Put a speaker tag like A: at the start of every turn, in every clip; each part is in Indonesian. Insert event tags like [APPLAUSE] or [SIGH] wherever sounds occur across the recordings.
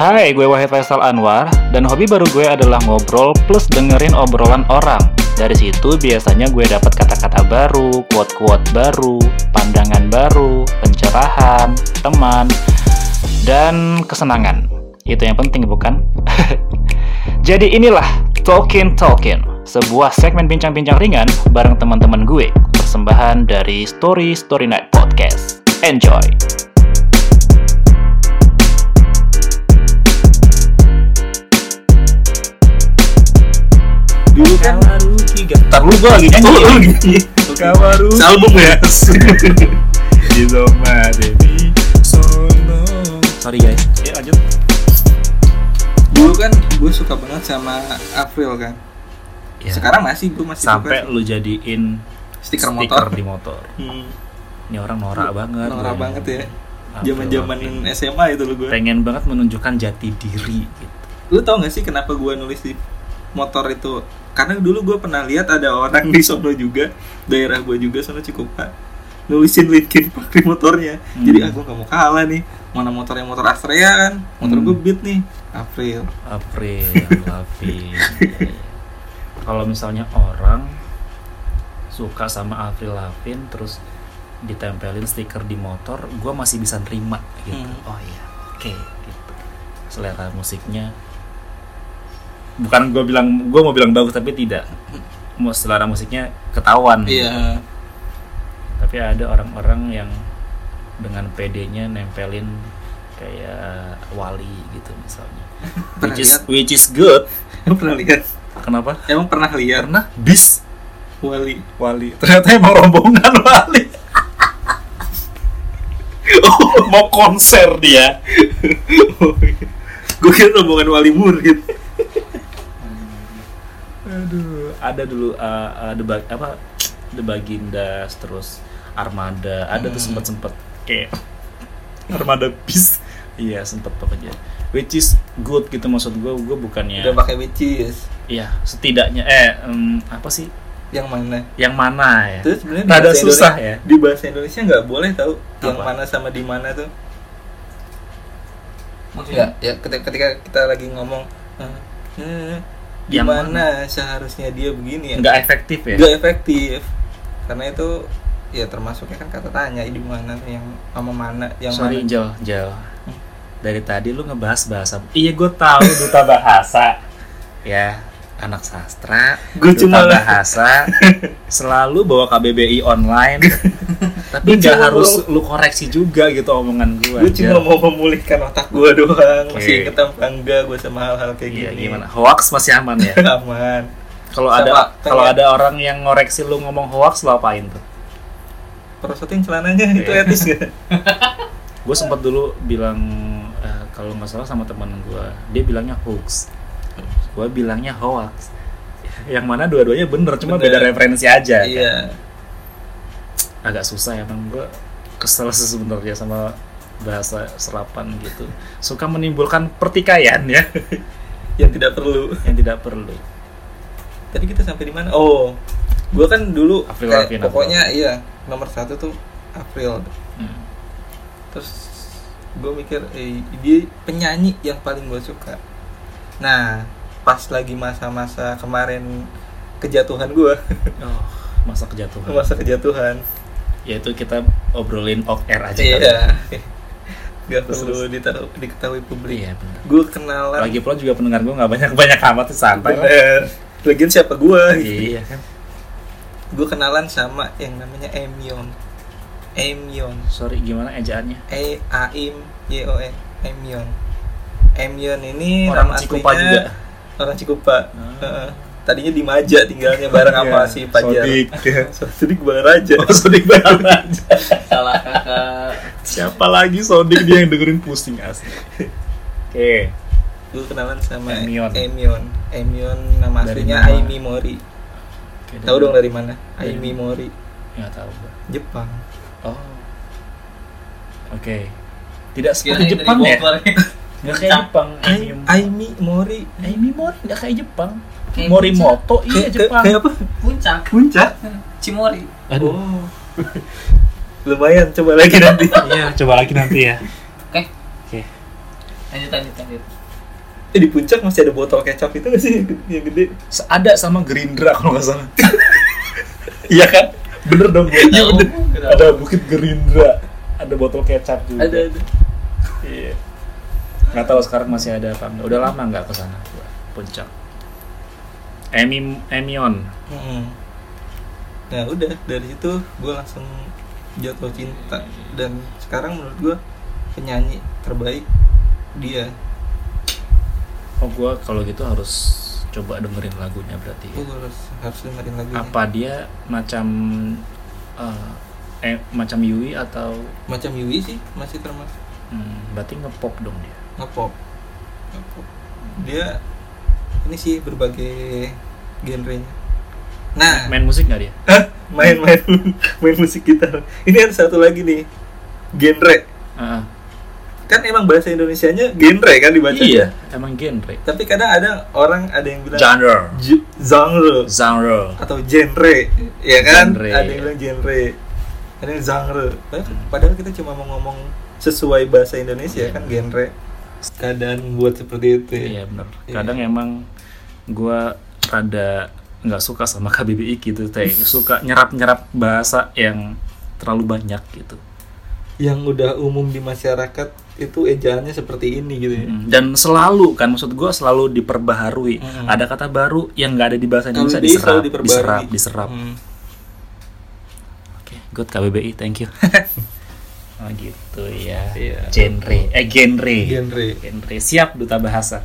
A: Hai, gue Wahid Faisal Anwar dan hobi baru gue adalah ngobrol plus dengerin obrolan orang. Dari situ biasanya gue dapat kata-kata baru, quote-quote baru, pandangan baru, pencerahan, teman, dan kesenangan. Itu yang penting bukan? [LAUGHS] Jadi inilah Talkin Talkin, sebuah segmen bincang-bincang ringan bareng teman-teman gue, persembahan dari Story Story Night Podcast. Enjoy.
B: dulu kan
C: Kawaruki gak
B: ntar lu gua lagi nyanyi
C: Oh, lu
B: gini
C: Kawaruki
B: album ya gitu mah Dewi
C: Sono Sorry guys
B: ya lanjut
C: Dulu kan gue suka banget sama April kan Sekarang masih gue masih
A: Iya. sampai
C: suka
A: lu jadiin stiker
C: stiker motor
A: di motor.
C: Hmm,
A: Ini orang norak banget.
C: Norak
A: Bang.
C: banget ya
A: Ampun,
C: Zaman-zaman
A: Bang.
C: SMA itu lu gue
A: pengen banget menunjukkan jati diri gitu.
C: Lu tau gak sih kenapa gue nulis di motor itu Karena dulu gue pernah lihat ada orang di Sono juga Daerah gue juga Sono Cikupa Nulisin Linkin Park di motornya
A: Hmm.
C: Jadi aku gak mau kalah nih Mana motornya motor Astrea kan Motor
A: Hmm.
C: gue beat nih April
A: April [LAUGHS] Lavin. Kalau misalnya orang suka sama April Lavin terus ditempelin stiker di motor, gue masih bisa nerima gitu.
C: Hmm.
A: Oh iya, oke gitu. Selera musiknya bukan gue bilang gue mau bilang bagus tapi tidak. Mu- Selera musiknya ketahuan.
C: Iya
A: tapi ada orang-orang yang dengan PD-nya nempelin kayak wali gitu misalnya
C: Pernah
A: which is which is good
C: [LAUGHS] pernah lihat
A: kenapa
C: emang pernah lihat
A: karena bis
C: wali
A: wali ternyata emang rombongan wali
B: oh mau konser dia
C: gue kira rombongan wali murid
A: aduh ada dulu uh, uh, the Bag- apa the bagindas terus armada ada tuh
C: Hmm.
A: sempet sempet kayak armada bis iya sempet pokoknya which is good gitu maksud gue gue bukannya
C: udah pakai witches
A: Iya, setidaknya eh em, apa sih?
C: yang mana
A: Yang mana ya?
C: terus sebenarnya di
A: Rada
C: bahasa
A: susah
C: Indonesia-
A: ya.
C: di bahasa Indonesia nggak boleh tahu yang
A: Apa?
C: mana sama di mana tuh
A: Maksudnya
C: ya ya ketika, ketika kita lagi ngomong eh, eh, di
A: Yang
C: mana seharusnya dia begini ya
A: nggak efektif ya?
C: nggak efektif karena itu ya termasuknya kan kata tanya di mana tuh yang sama mana yang
A: Sorry,
C: mana
A: Jal, Jal. Dari tadi lu ngebahas bahasa. Iya, gue tahu duta bahasa. ya, anak sastra.
C: Gua
A: duta
C: cuma-
A: bahasa. selalu bawa KBBI online.
C: [LAUGHS]
A: Tapi
C: Gua
A: nggak
C: cuma-
A: harus lu koreksi juga gitu omongan gue.
C: gue cuma mau memulihkan otak gue doang masih
A: Oke.
C: inget apa enggak gue sama hal-hal kayak
A: Iya,
C: gini
A: gimana? Hoax masih aman ya?
C: [LAUGHS] aman
A: Kalau
C: Sama
A: ada
C: kayak-
A: kalau ada orang yang ngoreksi lu ngomong hoax, lu apain tuh?
C: perosotin celananya itu
A: Iya.
C: etis gak?
A: gue sempat dulu bilang eh, kalau nggak salah sama teman gue dia bilangnya hoax gue bilangnya hoax [LAUGHS] yang mana dua-duanya bener cuma
C: Bener.
A: beda referensi aja kan.
C: [LAUGHS] iya
A: agak susah emang gue kesel sih sebenarnya sama bahasa serapan gitu suka menimbulkan pertikaian ya [LAUGHS]
C: yang tidak perlu
A: yang tidak perlu
C: tadi kita sampai di mana oh gue kan dulu
A: April
C: kayak
A: Lavigne,
C: pokoknya iya nomor satu tuh April
A: Hmm.
C: terus gue mikir eh, dia penyanyi yang paling gue suka nah pas lagi masa-masa kemarin kejatuhan gue
A: oh, masa kejatuhan
C: [LAUGHS] masa kejatuhan
A: yaitu kita obrolin off air aja kali. ya.
C: iya [LAUGHS] nggak
A: Terus-
C: perlu ditaruh diketahui publik
A: iya bener
C: gue kenalan
A: lagi pula juga pendengar gue nggak banyak banyak amat sih, santai lah.
C: Bener. Lagian siapa gue
A: iya kan
C: gue kenalan sama yang namanya Emion Emion
A: sorry gimana ejaannya
C: E A I M Y O N Emion Emion ini
A: orang
C: nama
A: Cikupa
C: aslinya-
A: juga
C: orang Cikupa
A: Ah.
C: Heeh. tadinya di Maja tinggalnya bareng sama
A: Iya,
C: si Pajar
A: [LAUGHS] Sodik.
C: [LAUGHS] Sodik bareng Raja
A: Oh, Sodik bareng aja.
D: salah kakak
A: Siapa lagi Sodik dia yang dengerin pusing asli. Oke.
C: gue kenalan sama
A: Emion.
C: Emion Emion, nama
A: Dari
C: aslinya
A: mana?
C: Aimi Mori tahu dong dari mana
A: Dari-
C: Aimi Mori
A: Enggak tahu gua.
C: Jepang
A: Oh. Oke. Tidak
D: kirain
A: seperti Jepang
D: dari
A: ya?
D: Bogor ya
A: Enggak kayak Jepang.
C: Aimi Mori
A: Aimi Mori enggak kayak Jepang.
D: Kayak
A: Morimoto iya
C: Kayak- kayak-
A: Jepang.
C: kayak apa
D: puncak
C: puncak
D: [LAUGHS] Cimori
A: Aduh.
C: Oh. [LAUGHS] lumayan coba lagi nanti
A: [LAUGHS] Iya, coba lagi nanti ya.
D: Oke.
A: Oke.
D: lanjut lanjut lanjut
C: Eh, di puncak masih ada botol kecap itu nggak sih yang gede- yang gede?
A: Ada sama Gerindra kalau nggak [LAUGHS] salah. Iya kan? Bener dong. Iya
D: Tahu,
A: bener.
D: kenapa?
A: Ada Bukit Gerindra. Ada botol kecap juga.
D: ada ada
A: Iya. Nggak tahu sekarang masih ada apa enggak. Udah lama nggak ke sana gua. Puncak. Emi Emion.
C: Mm-mm. Nah udah dari situ gue langsung jatuh cinta dan sekarang menurut gue penyanyi terbaik dia.
A: Oh gua kalau gitu harus coba dengerin lagunya berarti. ya.
C: Gue harus harus dengerin lagunya.
A: Apa dia macam eh, eh, macam Yui atau
C: Macam Yui sih masih termasuk
A: hmm, berarti ngepop dong dia.
C: ngepop. Ngepop. Dia ini sih berbagai genrenya. Nah
A: Main musik nggak dia?
C: main-main main [LAUGHS] musik gitar. Ini ada satu lagi nih genre.
A: Ah, ah.
C: Kan emang bahasa Indonesianya genre kan dibaca.
A: iya, emang genre.
C: Tapi kadang ada orang ada yang bilang
A: Genre.
C: Ju- genre
A: Genre.
C: atau genre ya kan
A: Genre.
C: ada yang bilang genre ada yang genre Padahal- padahal kita cuma mau ngomong sesuai bahasa Indonesia
A: Iya.
C: kan genre keadaan buat seperti itu ya.
A: Iya bener.
C: Iya.
A: Kadang emang gua rada nggak suka sama KBBI gitu, [LAUGHS] teh suka nyerap-nyerap bahasa yang terlalu banyak gitu.
C: yang udah umum di masyarakat itu ejaannya seperti ini gitu ya
A: Mm, Dan selalu kan maksud gua selalu diperbaharui.
C: Mm.
A: Ada kata baru yang nggak ada di Mm. bahasa
C: Kalau
A: Indonesia
C: dia selalu
A: diserap,
C: diperbarui.
A: diserap, diserap.
C: Hmm.
A: Oke, good KBBI, [LAUGHS] thank you. oh gitu ya.
C: Iya.
A: Genre, eh genre.
C: genre
A: Genre. Siap duta bahasa.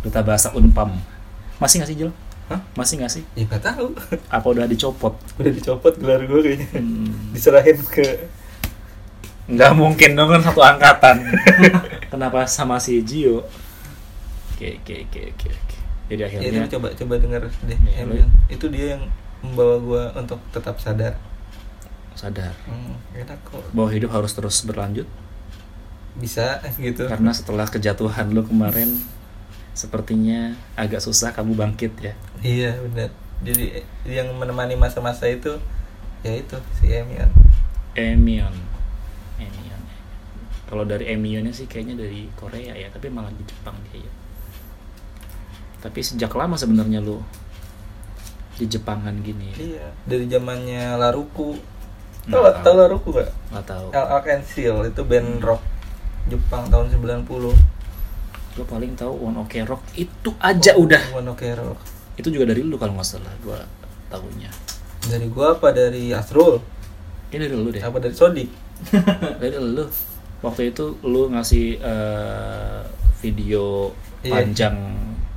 A: Duta bahasa Unpam. Masih nggak sih, Jel?
C: Hah?
A: Masih nggak sih?
C: ya nggak tahu
A: Apa udah [LAUGHS] dicopot?
C: udah dicopot gelar gue kayaknya
A: Hmm.
C: diserahin ke
A: Nggak mungkin dong kan satu angkatan. [LAUGHS] Kenapa sama si Gio? Oke, oke, oke, oke, oke. Jadi
C: ya,
A: akhirnya
C: itu coba coba denger deh
A: Iya,
C: Em,
A: lu-
C: yang- itu dia yang membawa gue untuk tetap sadar
A: sadar
C: hmm, enak kok
A: bahwa hidup harus terus berlanjut
C: bisa gitu
A: karena setelah kejatuhan lu kemarin sepertinya agak susah kamu bangkit ya.
C: Iya benar. Jadi yang menemani masa-masa itu ya itu si Emian.
A: Emion. Emion. Kalau dari Emionnya sih kayaknya dari Korea ya, tapi malah di Jepang dia ya. Tapi sejak lama sebenarnya lu di Jepangan gini ya.
C: Iya. Dari zamannya Laruku. Tahu
A: Nggak
C: tahu
A: tahu.
C: Laruku gak?
A: Nggak tahu.
C: L Arc and Seal itu band rock Jepang tahun 90.
A: Gue paling tahu One Ok Rock itu aja udah.
C: One Ok Rock.
A: Itu juga dari lu kalau nggak salah gue tahunya.
C: Dari gua apa dari Asrul?
A: Ini dari lu deh.
C: Apa dari Sodik?
A: Dari lu. Waktu itu lu ngasih eh, video
C: Iya.
A: panjang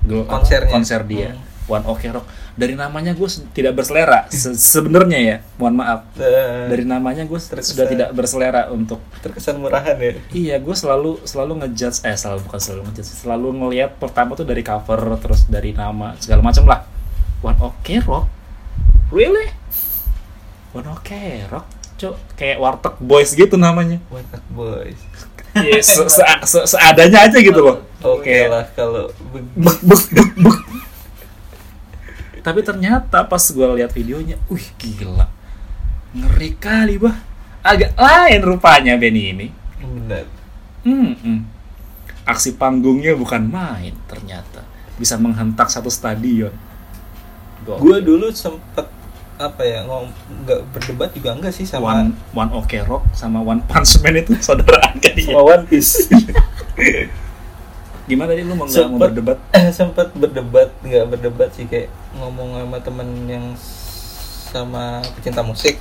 A: gel- apa,
C: Konsernya. Hmm.
A: konser dia. One Ok Rock. Dari namanya gue tidak berselera se- sebenarnya ya. Mohon maaf.
C: Eh,
A: Dari namanya gue
C: Terkesan.
A: sudah tidak berselera untuk
C: terkesan murahan ya.
A: Iya, gue selalu selalu ngejudge eh selalu bukan selalu ngejudge, selalu ngelihat pertama tuh dari cover terus dari nama segala macam lah. One Ok Rock, really? One Ok Rock, cok kayak warteg boys gitu namanya.
C: What up boys.
A: Iya, se- se- se- seadanya aja gitu loh.
C: Oke
A: Oke
C: Oh, iya lah kalau be-
A: Bek, bek, bek, bek. Tapi ternyata pas gue lihat videonya, wih gila, ngeri kali bah. Agak lain rupanya band ini.
C: benar.
A: Hmm, aksi panggungnya bukan main ternyata bisa menghentak satu stadion. Gokil.
C: Gua dulu sempet apa ya ngom nggak berdebat juga enggak sih sama Iya.
A: One One Ok Rock sama One Punch Man itu [LAUGHS] saudaraan kan
C: sama
A: ya?
C: One Piece.
A: [LAUGHS] Gimana tadi lu mau nggak mau
C: Eh, Sempet-
A: berdebat?
C: sempat berdebat nggak berdebat sih kayak ngomong sama temen yang s- sama pecinta musik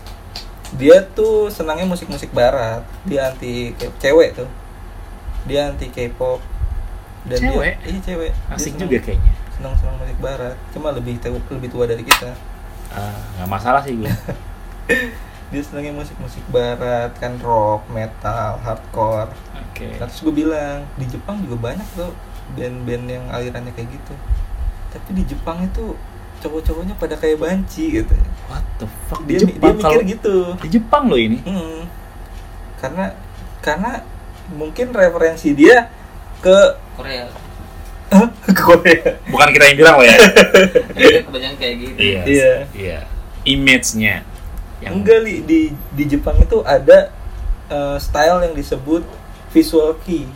C: dia tuh senangnya musik-musik barat dia anti kayak cewek tuh dia anti K-pop dan dia-
A: Cewek?
C: iya cewek Dia
A: Asik
C: senang-
A: juga kayaknya.
C: senang senang musik barat cuma lebih tua, lebih tua dari kita
A: Ah, nggak masalah sih gue.
C: dia senangnya musik-musik barat kan rock metal hardcore
A: [LAUGHS] Oke.
C: Nah, terus gue bilang di Jepang juga banyak tuh band-band yang alirannya kayak gitu. Tapi di Jepang itu cowok-cowoknya pada kayak banci gitu.
A: What the fuck
C: Dia,
A: di Jepang
C: dia mikir
A: kalau
C: gitu.
A: di Jepang loh ini.
C: Mm. Karena karena mungkin referensi dia ke [LAUGHS]
D: Korea
C: ke Korea.
A: Bukan kita yang bilang loh ya.
D: Korea kebanyakan kayak gitu
A: [LAUGHS] Iya.
C: Iya.
A: Iya. Image-nya.
C: Enggak li, di di Jepang itu ada eh, style yang disebut visual kei.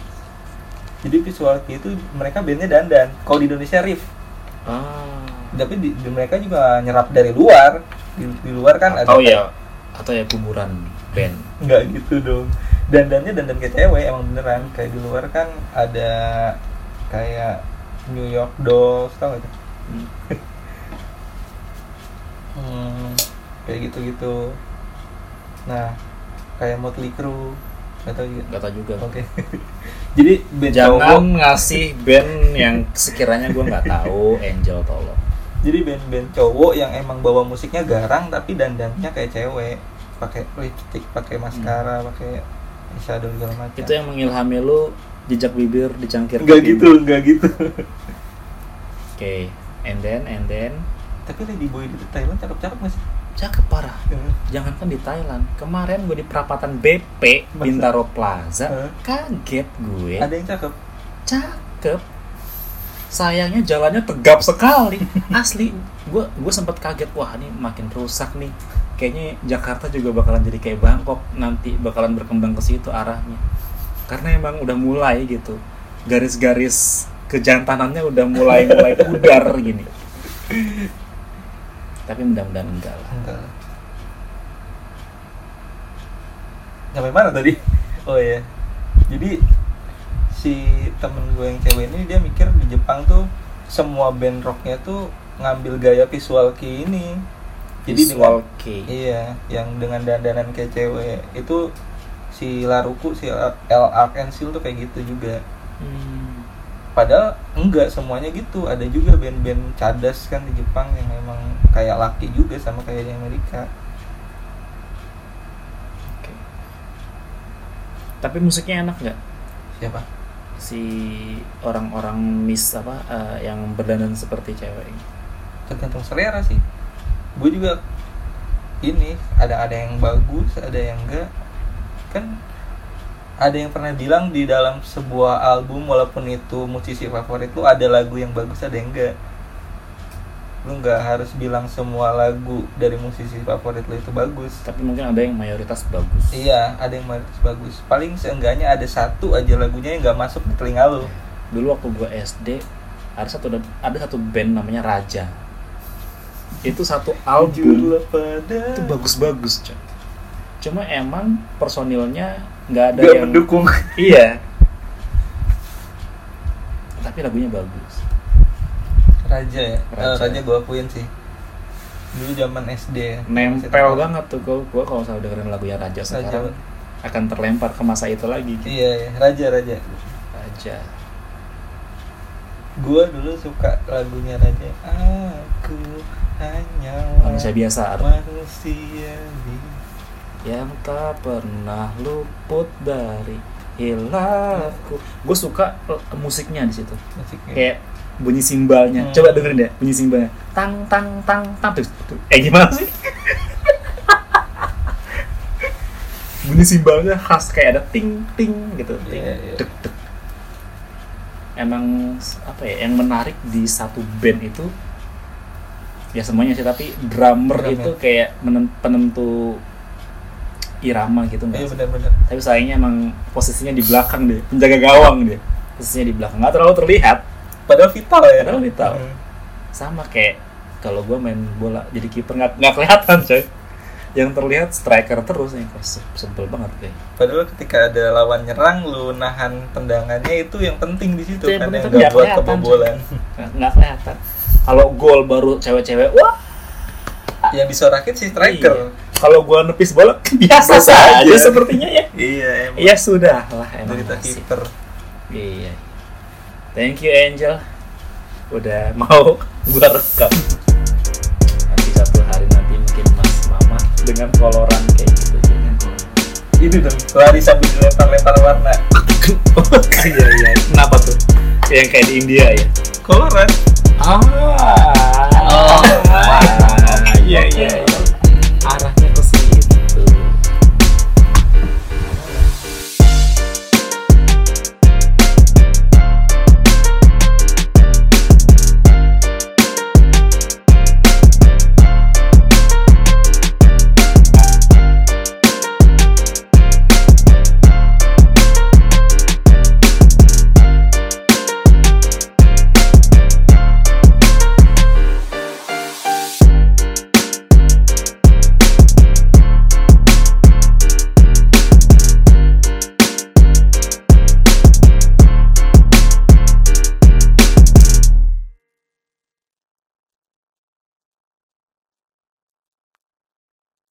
C: jadi visual kei itu mereka bandnya dandan kalau di Indonesia riff
A: Ah.
C: tapi di, di mereka juga nyerap dari luar di, di luar kan ada
A: atau ya atau ya kuburan band
C: nggak gitu dong dandannya dandan kayak cewek emang beneran kayak di luar kan ada kayak New York Dolls tau gak itu Hmm, kayak gitu gitu nah kayak Motley Crue nggak tau juga
A: nggak tahu juga
C: oke [LAUGHS] jadi band cowok
A: jangan ngasih band yang sekiranya gue nggak
C: [LAUGHS]
A: tahu Angel tolong
C: jadi band-band cowok yang emang bawa musiknya garang tapi dandannya kayak cewek pakai lipstick pakai maskara pakai eyeshadow segala macam
A: Hmm. itu yang mengilhami lu jejak bibir di cangkir
C: nggak
A: kopi.
C: gitu nggak gitu [LAUGHS]
A: oke and then and then
C: tapi Lady Boy di Thailand cakep-cakep nggak sih
A: cakep parah jangankan di Thailand kemarin gue di perapatan BP
C: Masa?
A: Bintaro Plaza
C: Hah?
A: kaget gue
C: ada yang cakep
A: cakep sayangnya jalannya tegap
C: [LAUGHS]
A: sekali asli gue gue sempat kaget wah ini makin rusak nih kayaknya Jakarta juga bakalan jadi kayak Bangkok nanti bakalan berkembang ke situ arahnya karena emang udah mulai gitu garis-garis kejantanannya udah mulai
C: [LAUGHS]
A: mulai pudar gini tapi mudah-mudahan enggak lah
C: enggak lah. sampai mana tadi [LAUGHS] oh ya jadi si temen gue yang cewek ini dia mikir di Jepang tuh semua band rocknya tuh ngambil gaya visual kei ini jadi dengan-
A: visual kei
C: Iya, yang dengan dandanan kayak cewek itu si Laruku, si L Arc and Seal tuh kayak gitu juga.
A: Hmm.
C: Padahal enggak semuanya gitu, ada juga band-band cadas kan di Jepang yang memang kayak laki juga sama kayak di Amerika.
A: Oke. Tapi musiknya enak nggak?
C: Siapa?
A: Si orang-orang miss apa eh, yang berdandan seperti cewek ini?
C: Tergantung selera sih. Gue juga ini ada ada yang bagus, ada yang enggak. Kan ada yang pernah bilang di dalam sebuah album walaupun itu musisi favorit lu ada lagu yang bagus ada yang enggak lu nggak harus bilang semua lagu dari musisi favorit lu itu bagus
A: Tapi mungkin ada yang mayoritas bagus.
C: iya ada yang bagus bagus paling seenggaknya ada satu aja lagunya yang nggak masuk di telinga lu
A: Dulu waktu gue SD ada satu ada satu band namanya Raja. Itu satu album
C: Jujurlah pada
A: itu bagus-bagus, Cok. Cuma emang personilnya nggak ada
C: nggak
A: yang
C: mendukung
A: iya. Tapi lagunya bagus.
C: raja ya Eh, raja,
A: Raja.
C: gue akuin sih dulu zaman SD ya.
A: Nempel banget tuh gue, gue kalau selalu dengerin lagunya Raja sekarang
C: raja
A: akan terlempar ke masa itu lagi.
C: iya iya raja raja
A: Raja.
C: gue dulu suka lagunya Raja aku hanya
A: Manusia biasa Ar.
C: manusia biasa.
A: yang tak pernah luput dari hilafku. Gue suka l- musiknya di situ.
C: musiknya
A: Kayak bunyi simbalnya.
C: Hmm.
A: Coba dengerin deh bunyi simbalnya. Tang tang tang tang terus. tuh. Eh gimana sih? [LAUGHS] bunyi simbalnya khas kayak ada ting ting gitu. Ting,
C: Iya, iya.
A: dek, dek. Emang s- apa ya yang menarik di satu band itu ya semuanya sih tapi drummer
C: Drummer.
A: itu kayak menem- penentu irama gitu nggak
C: iya
A: sih?
C: benar-benar
A: tapi sayangnya emang posisinya di belakang dia penjaga gawang dia posisinya di belakang nggak terlalu terlihat
C: padahal vital ya
A: Padahal vital.
C: Hmm.
A: sama kayak kalau gua main bola jadi kiper nggak nggak kelihatan coy yang terlihat striker terus nih Kok se- sebel banget kayak
C: padahal ketika ada lawan nyerang lu nahan tendangannya itu yang penting di situ
A: Itu yang
C: kan
A: penting,
C: yang
A: tapi
C: nggak
A: nggak
C: buat
A: kelihatan. [LAUGHS]
C: kebobolan
A: Nggak- nggak kelihatan kalau gol baru cewek-cewek wah
C: yang disorakin si striker
A: iya. kalau gua nepis bola [LAUGHS] biasa
C: Biasa
A: saja
C: aja.
A: sepertinya ya
C: iya,
A: ya sudah lah emang
C: cerita
A: nasib.
C: kiper
A: Iya. Thank you Angel. Udah mau [LAUGHS] gua rekam. Nanti satu hari nanti mungkin Mas Mama dengan koloran kayak gitu. Dengan koloran.
C: ini dong lari sambil dilempar-lempar warna
A: [LAUGHS] iya iya. Kenapa tuh? Yang kayak di India ya.
C: koloran
A: Ah.
D: Oh. Hmm.
A: Ah, Iya iya. iya. Arah